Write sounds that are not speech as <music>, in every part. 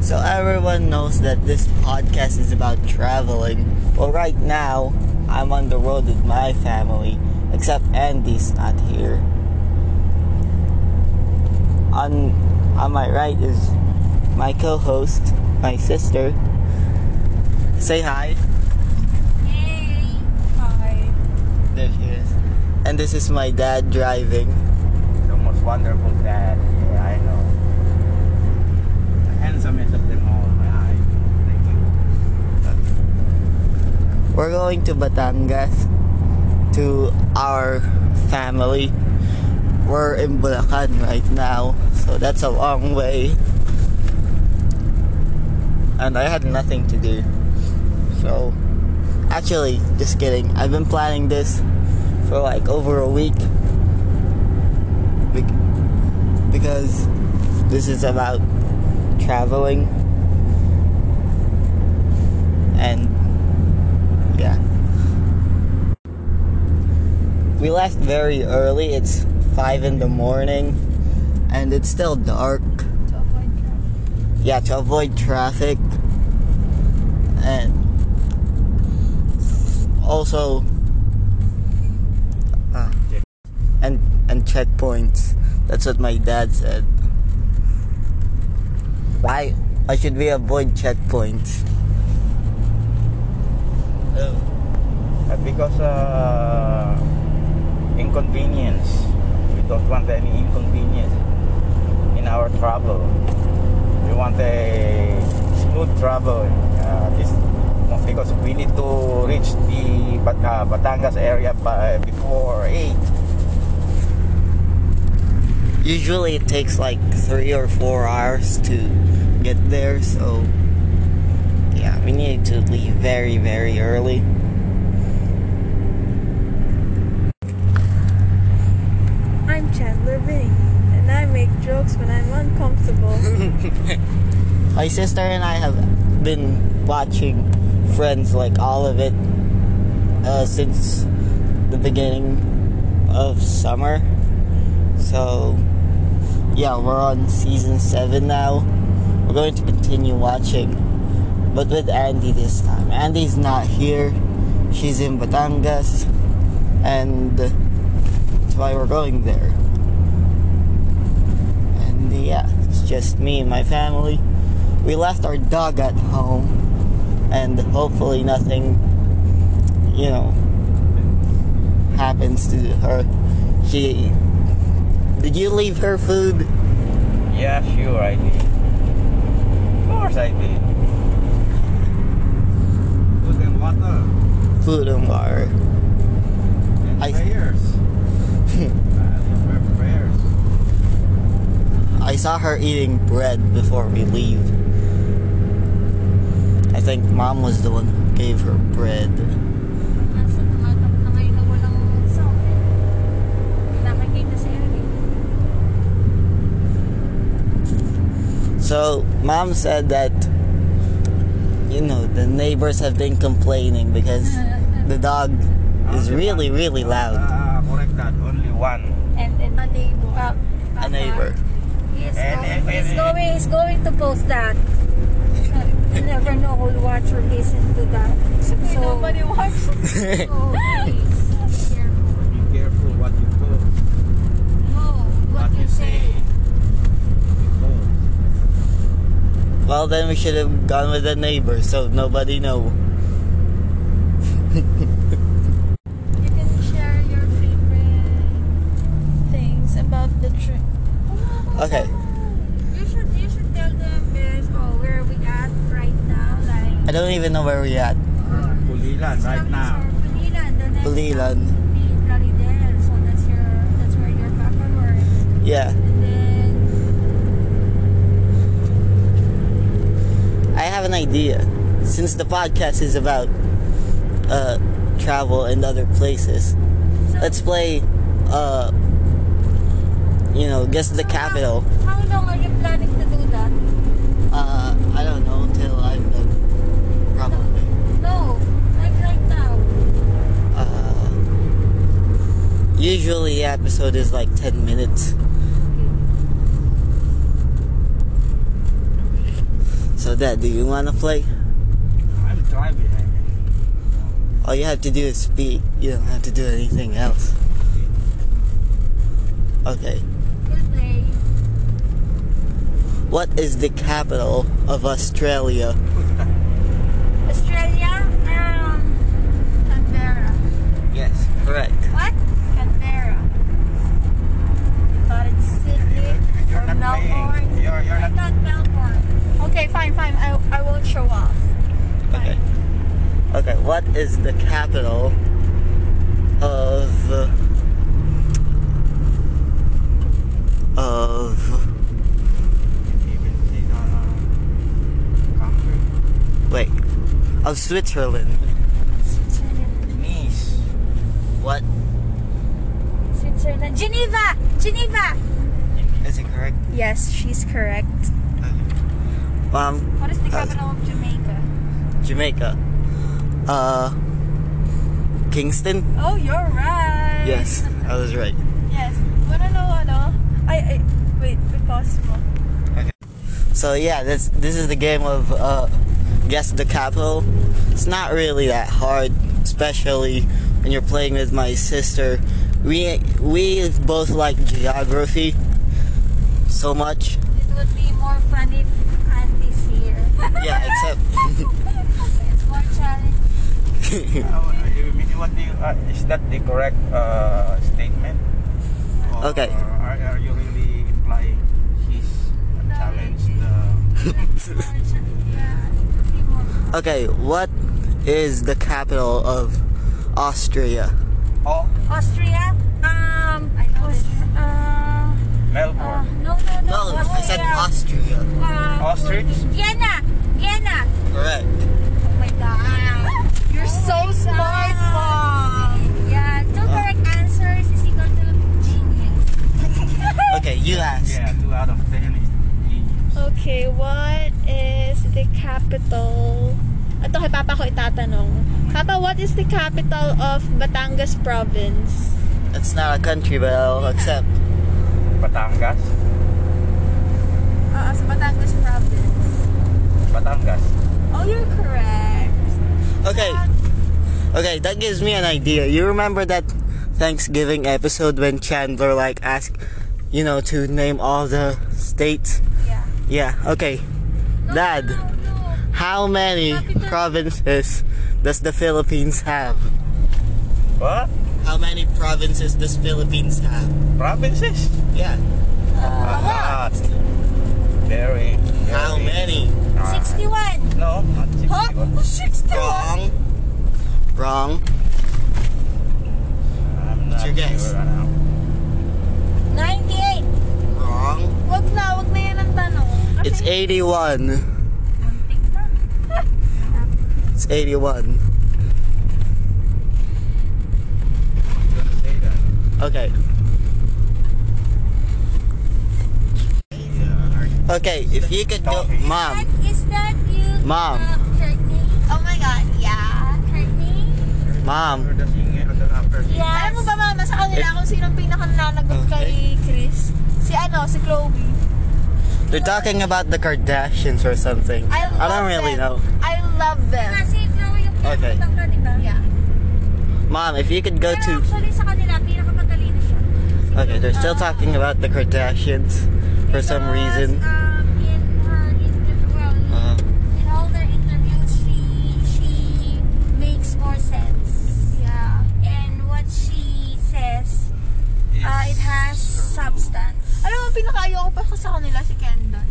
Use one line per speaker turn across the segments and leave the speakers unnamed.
So everyone knows that this podcast is about traveling. Well, right now, I'm on the road with my family, except Andy's not here. On on my right is my co-host, my sister. Say hi.
Hey. Hi.
There she is. And this is my dad driving.
The most wonderful dad. Yeah, I know. The handsomest of them all. I thank you.
We're going to Batangas to our family. We're in Bulacan right now, so that's a long way. And I had nothing to do. So, actually, just kidding. I've been planning this for like over a week. Bec- Because this is about traveling. And yeah. We left very early. It's 5 in the morning and it's still dark.
To avoid traffic.
Yeah, to avoid traffic. And also ah,
Check.
and and checkpoints. That's what my dad said. Why why should we avoid checkpoints?
Uh, because uh, inconvenience. We don't want any inconvenience in our travel. We want a smooth travel. Uh, this, because we need to reach the Bat- uh, Batangas area by before 8.
usually it takes like three or four hours to get there so yeah we need to leave very very early
I'm Chandler Bing, and I make jokes when I'm uncomfortable.
my sister and i have been watching friends like all of it uh, since the beginning of summer so yeah we're on season 7 now we're going to continue watching but with andy this time andy's not here she's in batangas and that's why we're going there and yeah it's just me and my family we left our dog at home and hopefully nothing you know happens to her she did you leave her food
Yeah, sure, I did. Of course, I did. Food and water
food and water
and
I-
prayers. I remember prayers.
i saw her eating bread before we leave i think mom was the one who gave her bread
Nasa nakatap na ngayon na walang sa akin. Nakakita si Eric.
so mom said that you know the neighbors have been complaining because the dog is really really loud
Ah, correct that. Only one.
And, and a neighbor. Uh,
a neighbor
He's,
And-
going,
and-
he's
and-
going. He's going to post that. you never know who'll watch or listen to that. So, nobody watches. so
<laughs>
please, be careful.
Be careful what you do,
No,
what you say. Because
Well, then we should have gone with the neighbor, so nobody know.
You can share your favorite things about the trip.
Okay.
You should you should tell them this oh where we at right now like
I don't even know where we at.
Pulilan right now.
Pulilan, the next
Pulilan.
stop would be Plaridel, so that's your that's where your papa works.
Yeah,
And then
I have an idea. Since the podcast is about uh, travel and other places,
so
let's play, uh, you know, guess the capital.
How long are you planning to do that?
Uh, I don't know till I'm done, probably.
No, like right now.
Uh, usually the episode is like 10 minutes.
Okay.
So So, Dad, do you want to play?
I'm driving. I mean,
All you have to do is speak. You don't have to do anything else. Okay.
We'll play.
What is the capital of Australia?
Australia? Um, Canberra.
yes.
Correct.
What? Canberra. Thought it's Sydney
You're
or
not
Melbourne.
playing. You're, you're
I
<laughs> not.
thought Melbourne. Okay, fine, fine. I, I won't show off.
Okay. Okay. What is the capital of uh, of
Even see the uh, country.
wait of Switzerland?
Switzerland.
Nice.
What
Switzerland. Geneva! Geneva!
is it correct?
Yes, she's correct.
Um,
What is the
Uh,
capital of Jamaica?
Jamaica. Uh, Kingston.
Oh, you're right.
Yes, I was right.
Yes. Wanna know ano? I, I wait, wait, pause mo.
So yeah, this this is the game of uh, guess the capital. It's not really that hard, especially when you're playing with my sister. We we both like geography so much.
It would be more fun if Andy's here.
Yeah, except
<laughs> it's more challenging.
Uh, you mean, what do you, uh, is that the correct uh, statement? Or uh,
Okay.
Are, are you really implying he's challenged the
It's more challenging. Yeah, it would be more fun.
okay, what is the capital of Austria?
oh
Austria? Um, I know this. Uh, uh,
Melbourne?
no, no, no.
No, I said Austria.
Austria. Uh,
Ostrich?
Vienna! Vienna!
Correct.
Oh my god. You're so smart, mom. Yeah, two correct answers is equal to genius. <laughs>
Okay, you ask.
Yeah, two out of ten is genius.
Okay, what is the capital? Ito kay Papa ko itatanong. Papa, what is the capital of Batangas province?
It's not a country, but I'll accept.
Batangas,
Uh, sa Batangas province.
Batangas.
Oh, you're correct.
Okay. Okay, that gives me an idea. You remember that Thanksgiving episode when Chandler like asked, you know, to name all the states?
Yeah.
Yeah, okay. Dad,
No, no, no.
how many
Capital.
provinces does the Philippines have?
What
How many provinces does Philippines have?
provinces?
Yeah.
A lot. Very. very
How many?
uh,
61.
No, not
Huh?
sixty-one.
61?
Wrong. Wrong.
I'm not
your guess?
sure now.
98.
Wrong.
Wag na, wag na yan ang tanong.
It's 81.
Muntik na.
<laughs> It's 81.
I'm gonna say that.
Okay. Okay, if you could go,
Talking.
mom.
Dad, is that you?
Mom.
Uh, Courtney? Oh my god, yeah. Courtney?
You're
Mom,
the singer, the rapper.
Yes.
Alam mo ba, Mama, sa
Eh.
kanila kung sinong pinakananagot kay Chris? Si ano, si Chloe.
they're talking about the Kardashians or something.
I love
don't really
them.
know.
I love them.
Kasi ikaw yung
Okay.
pinakatang ka, diba?
Yeah.
Mom, if you could go
Pero
to.
actually sa kanila, pinakapatalino siya. Ah.
Okay, they're still talking about the Kardashians for some
Because,
reason. Uh-huh.
Um, in her interview, well,
Uh,
in all their interviews, she she makes more sense.
Yeah.
And what she says, uh, it has substance.
Alam mo, pinakaayoko pa ko sa kanila si Kendall.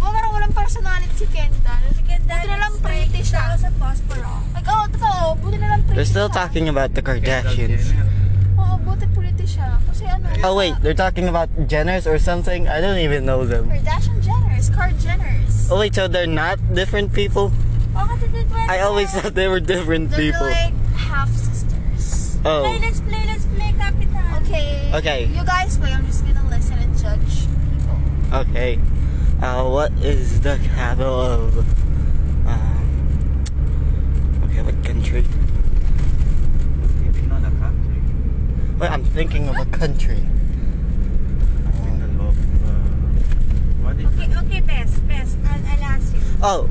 Mga parang walang personality si Kendall. Si Kendall, buti na lang pretty siya.
Sa Prospero.
Like, oo, totoo, buti na lang pretty
they're still
siya.
talking about the
Kendall
Kardashians.
Jenner.
Oo, buti pretty siya. Kasi ano,
Oh, wait, they're talking about Jenners or something? I don't even know them.
Kardashian Jenners, Kar Jenners.
Oh, wait, so they're not different people?
Oh, katitid ba?
I always thought they were different
They're
<laughs> people.
like half sisters.
Play,
Oh,
let's play, let's play, Capitan.
Okay.
Okay.
You guys play. I'm just gonna listen and judge people.
okay. Uh, what is the capital of. Um, okay, what country?
Even not a country.
Wait, I'm thinking of a country.
I think the love. Uh, what is
Okay, okay, best, best. I'll, I'll ask you.
Oh,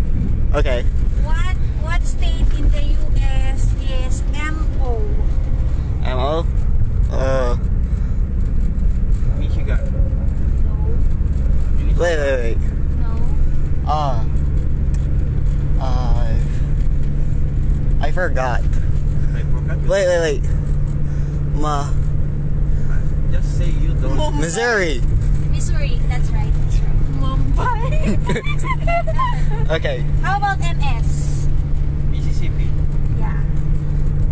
okay.
What what state in the US is MO?
MO? Uh,
Michigan.
No.
wait, wait, wait.
No.
Uh, uh, I forgot.
I forgot.
Wait, wait, wait. Ma,
Just say you <laughs> don't.
Missouri.
Missouri, that's right. That's right. Mumbai.
Okay.
<laughs> How about MS?
Mississippi.
Yeah.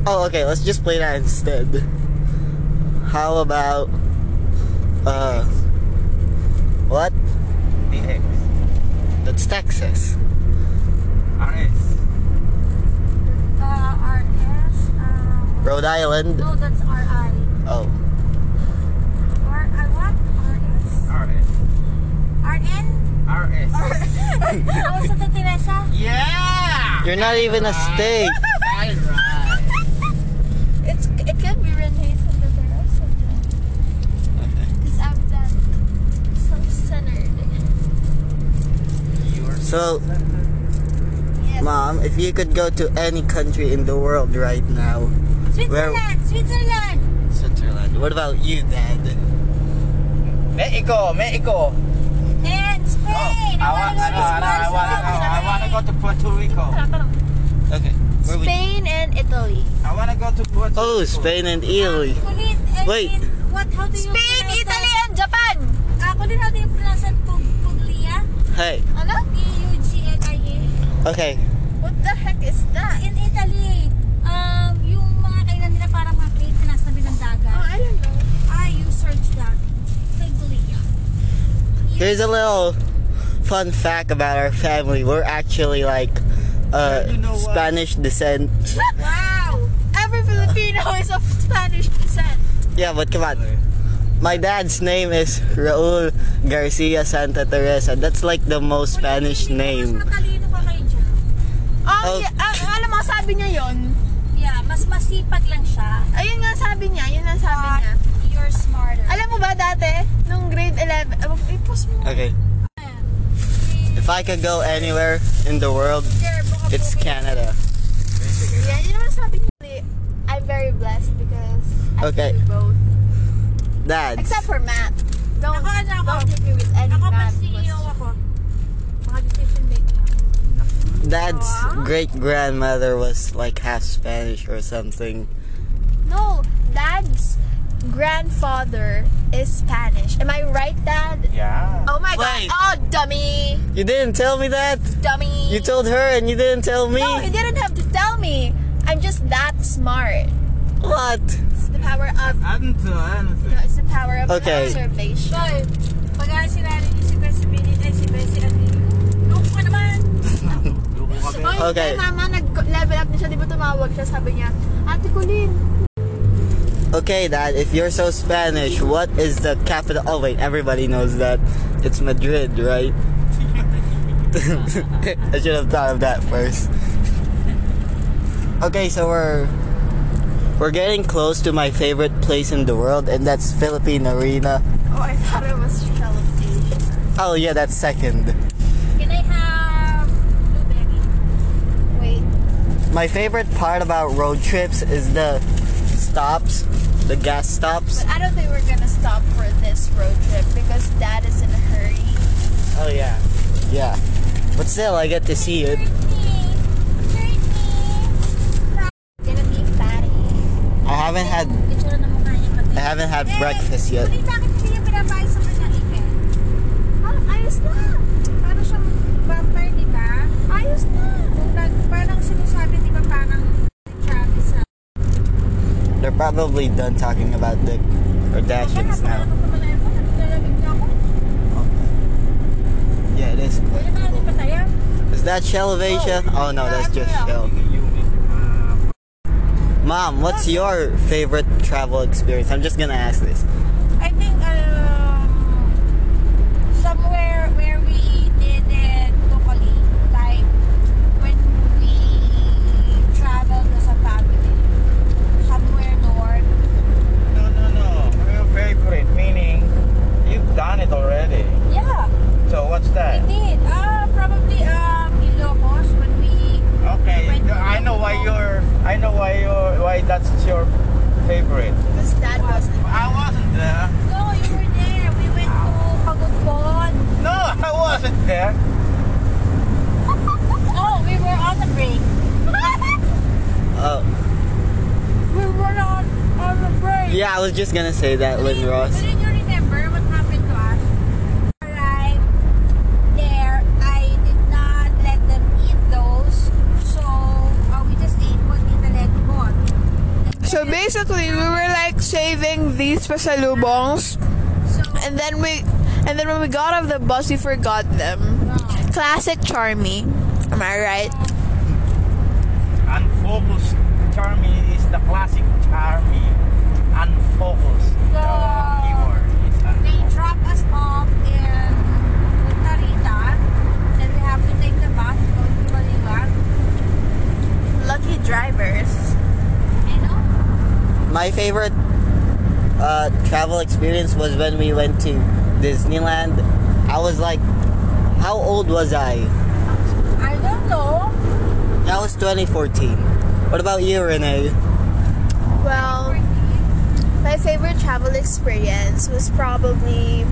Oh, okay. Let's just play that instead. How about uh, what?
DX.
That's Texas.
RS.
Uh, RS. Um,
Rhode Island.
no, that's RI.
Oh,
R I what? RS.
RS. <laughs>
RN.
RS.
Oh, Santa Teresa.
Yeah!
you're not even a state.
It's, it could be Renee Santa Teresa. Because I'm that self-centered.
So,
Yes.
mom, if you could go to any country in the world right now,
Switzerland. Switzerland.
Switzerland. What about you, Dad?
Mexico, Mexico. Oh,
And Spain.
I want,
I
I, know, I, know, I, want,
want to go to
I, want to
Spain.
go to Puerto Rico.
Okay. Where we-
Spain and Italy.
I want to go to Puerto Rico.
Oh, Spain and Italy.
Kulit, I
Wait.
mean, What? How do you pronounce that?
and Japan!
Ah, kulit, how do you pronounce that? Pug- Puglia?
Hey.
Ano? P-U-G-L-I-A.
Okay.
What the heck is
Ah,
that?
in Italy, um, yung mga kainan nila parang mga cake na nasa tabi ng
Oh,
dagat.
I don't know.
Ah, you search that. Puglia.
Here's a little fun fact about our family. We're actually like uh,
You know what?
Spanish descent.
Wow!
Every Filipino is of Spanish descent.
Yeah, but come on. My dad's name is Raul Garcia Santa Teresa. That's like the most Spanish name.
Mas matalino ka kay Jer.
Oh.
Oh, y- ah, alam mo, sabi niya yon.
Yeah, mas masipag lang siya.
Ayun nga sabi niya, yun ang sabi
But
niya.
you're smarter.
Alam mo ba dati, nung grade 11, oh, i-post mo.
Okay. If I could go anywhere in the world,
Jer, Eh, baka
it's
bumili-
Canada.
Yeah, yun naman sabi niya. I'm very blessed because I
Okay.
can do both.
Dad.
Except for math. Don't,
Ako, ano ako?
don't hit me with any
Ako pa
math
CEO
question.
ako. Mga decision making ako.
Dad's
Wow.
great grandmother was like half Spanish or something.
No, dad's grandfather is Spanish. Am I right, dad?
Yeah.
Oh my
Wait.
god. Oh, dummy.
You didn't tell me that?
Dummy.
You told her and you didn't tell me?
No, he didn't have to tell me. I'm just that smart.
What?
It's the power of
Answer,
no,
answer.
it's the power of
Okay.
observation.
Boy, pag sinari ni si Bessie Binit ay si Bessie Anil. Look ano ko naman!
Oy,
Okay.
kay Mama nag-level up na siya, di ba tumawag siya? Sabi niya, Ate Colleen,
Okay, Dad, if you're so Spanish, what is the capital? Oh, wait, everybody knows that. It's Madrid, right? <laughs> I should have thought of that first. Okay, so we're we're getting close to my favorite place in the world, and that's Philippine Arena.
Oh, I thought it was Philippines.
Oh yeah, that's second.
Can I have blueberry?
Wait.
My favorite part about road trips is the stops, the gas stops.
But I don't think we're gonna stop for this road trip because dad is in a hurry.
Oh yeah, yeah. But still, I get to see it.
Gonna be fatty.
I haven't had
Itsura ng mukha niya pati.
I haven't had breakfast yet.
Kulit bakit hindi niya pinapayos sa kanya ipe? Oh, ayos na! Para siyang vampire, di ba? Ayos na! Kung nag- parang sinasabi, di ba, parang si Travis ah. na.
They're probably done talking about dick or dashings
Baka
now.
napakalaman ko, nalalamig na ako.
Yeah, it is.
Kaya parang di patayan.
Is that Shelvasia? Oh no, that's just Shell. Mom, what's your favorite travel experience? I'm just gonna ask this.
I think um, somewhere where we did it locally, like when we traveled as a family, somewhere north.
No, no, no. Your favorite, meaning you've done it already.
Yeah,
So what's
I
that?
did. Uh, probably um,
why that's your favorite?
Because dad was
I wasn't there.
No, you were there. We went to Pagupon.
No, <laughs> I wasn't there.
<laughs> Oh, we were on the break. <laughs>
Oh,
we were on, on the break.
yeah, I was just gonna say that, Lynn Ross.
Didn't you remember what happened to us? Arrived there, I did not let them eat those. So uh, we just ate what Tita Len bought.
So basically, we were like saving these pasalubongs,
So
and then we, and then when we got off the bus, we forgot them. Classic Charmy, am I right?
Unfocused Charmy is the classic Charmy. Unfocused. The
No.
keyword is
they
unfocused.
dropped us off in Punta Rita. Then we have to take the bus to go to Baliwan.
Lucky drivers.
I know.
My favorite uh, travel experience was when we went to Disneyland. I was like, how old was I?
I don't know.
That was 2014. What about you, Renee?
Well, my favorite travel experience was probably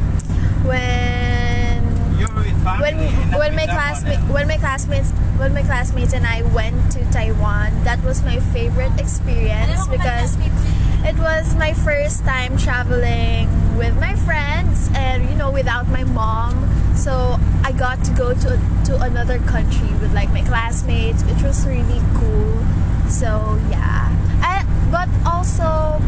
when
You're with family.
when
not
when
with
my
someone
classmate
else.
when my classmates when my classmates and I went to Taiwan, that was my favorite experience because it was my first time traveling with my friends and you know without my mom. So I got to go to to another country with like my classmates, which was really cool. So yeah, I, but also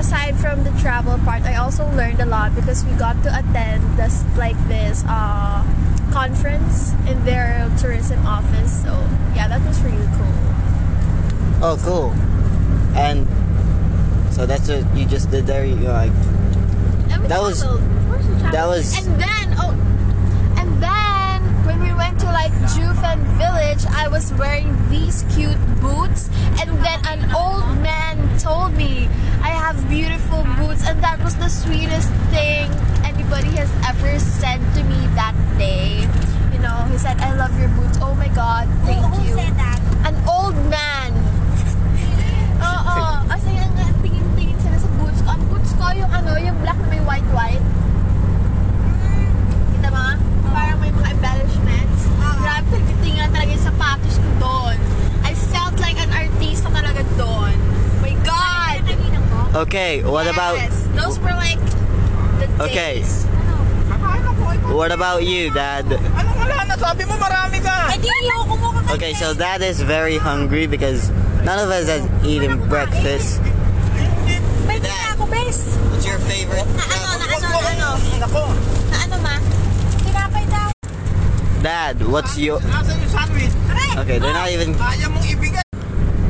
aside from the travel part, I also learned a lot because we got to attend this like this uh, conference in their tourism office. So yeah, that was really cool.
Oh, cool. And so that's what you just did there. You like,
And we
That was-
traveled. Of course we traveled.
that was-
And then oh, and then when we went to like Jufen Village, I was wearing these cute boots, and then an old man told me I have beautiful boots, and that was the sweetest thing anybody has ever said to me that day. You know, he said, "I love your boots." Oh my God,
Who,
thank
who
you.
said that?
An old
<laughs>
man. Oo. As in, ang ang tingin-tingin sila sa boots ko. Ang boots ko, yung ano, yung black na may white-white.
Mm.
Kita mo? Parang may mga embellishments. Grabe, tingin talaga yung sapatos ko doon. I felt like an artista talaga doon. My God!
Kainan mo?
okay, what about
Yes, Those were like the
Okay.
days.
Ano?
Ano ko? Ikaw-
what about you, Dad?
Ano ka lang? Nasabi mo marami ka.
Eh di, ayoko mo kakain.
Okay, so Dad is very hungry because none of us has eaten breakfast.
May tingin ako, bes.
What's your favorite?
ano,
na
Huwag mo. Nako.
Na ano, ma? Tinapay daw.
Dad, what's your?
Asan yung sandwich?
Okay, they're not even.
Kaya mong ibigay.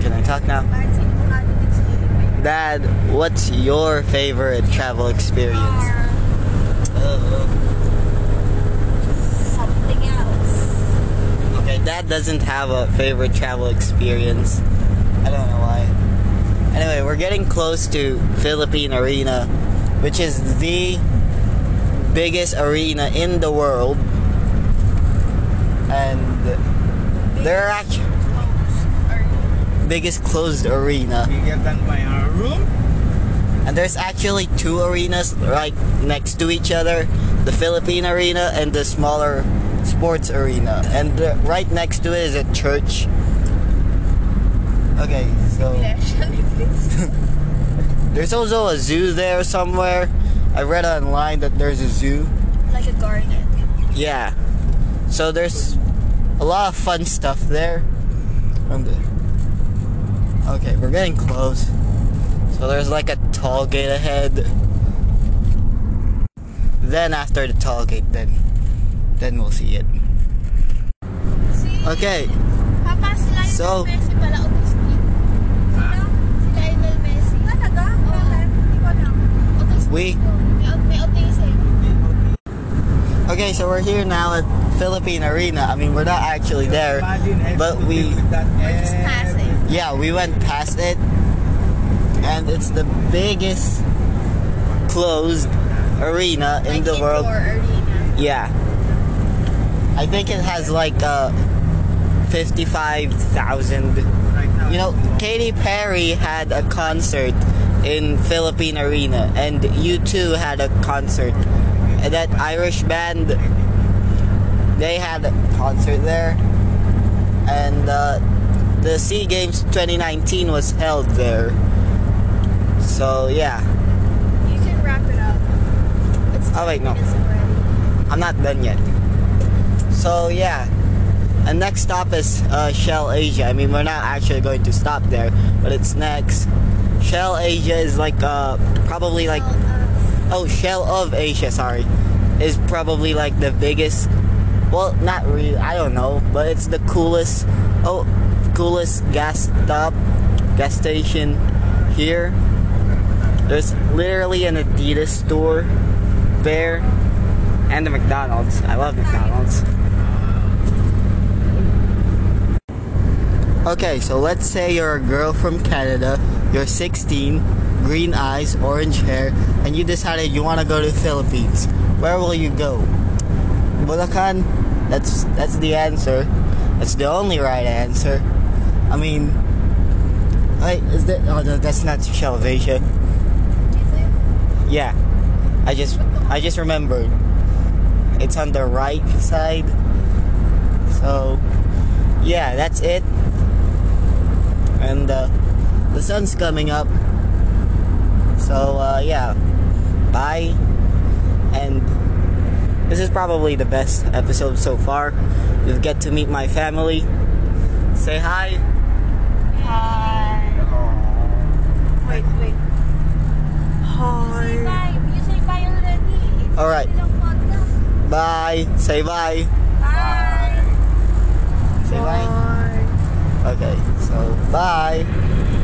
Can I talk now?
Bakit sa'yo mukha din sa ilipay?
Dad, what's your favorite travel experience?
Or
Uh,
something else.
Okay, Dad doesn't have a favorite travel experience. I don't know why. Anyway, we're getting close to Philippine Arena, which is the biggest arena in the world. And there are actually biggest closed arena.
Bigger than my uh, room.
And there's actually two arenas right next to each other the Philippine arena and the smaller sports arena. And uh, right next to it is a church. Okay, so. <laughs> there's also a zoo there somewhere. I read online that there's a zoo.
Like a garden.
Yeah. So there's a lot of fun stuff there. And, uh, okay, we're getting close. So there's like a toll gate ahead. Then after the toll gate, then then we'll see it.
See?
Okay,
Papa, sila yung
So-
Messi pala, Augustine. Sila Lionel Messi.
Talaga?
Oo.
Bakit? Hindi ko alam.
Augustine
we
yun. May, may eh. autism.
okay. So we're here now at Philippine Arena. I mean, we're not actually there,
Imagine
but
everything
we
with that
Just
every-
passing.
yeah we went past it, and it's the biggest closed arena in
Like
the world.
indoor arena.
Yeah. I think it has like uh, 55,000 You know, Katy Perry had a concert in Philippine Arena, and U2 had a concert. And that Irish band, they had a concert there. And uh, the SEA Games 2019 was held there. So, yeah.
You can wrap it up. It's
Oh, wait, no.
10 minutes already.
I'm not done yet. So yeah, and next stop is uh, Shell Asia. I mean, we're not actually going to stop there, but it's next. Shell Asia is like uh probably like
Well, uh,
oh Shell of Asia, sorry, is probably like the biggest. Well, not really. I don't know, but it's the coolest. Oh, coolest gas stop, gas station here. There's literally an Adidas store there, and the McDonald's. I love McDonald's. Okay, so let's say you're a girl from Canada, you're 16, green eyes, orange hair, and you decided you want to go to the Philippines. Where will you go? Bulacan. That's that's the answer. That's the only right answer. I mean, wait, is that? Oh, no, that's not Shalvasia. Yeah, I just I just remembered. It's on the right side. So, yeah, that's it. And uh, the sun's coming up. So uh, yeah, bye. And this is probably the best episode so far. You get to meet my family. Say hi.
wait, wait.
Say bye. You say bye already. It's
All right.
still a podcast.
Bye. Say bye.
Bye.
Say bye. Okay. So bye.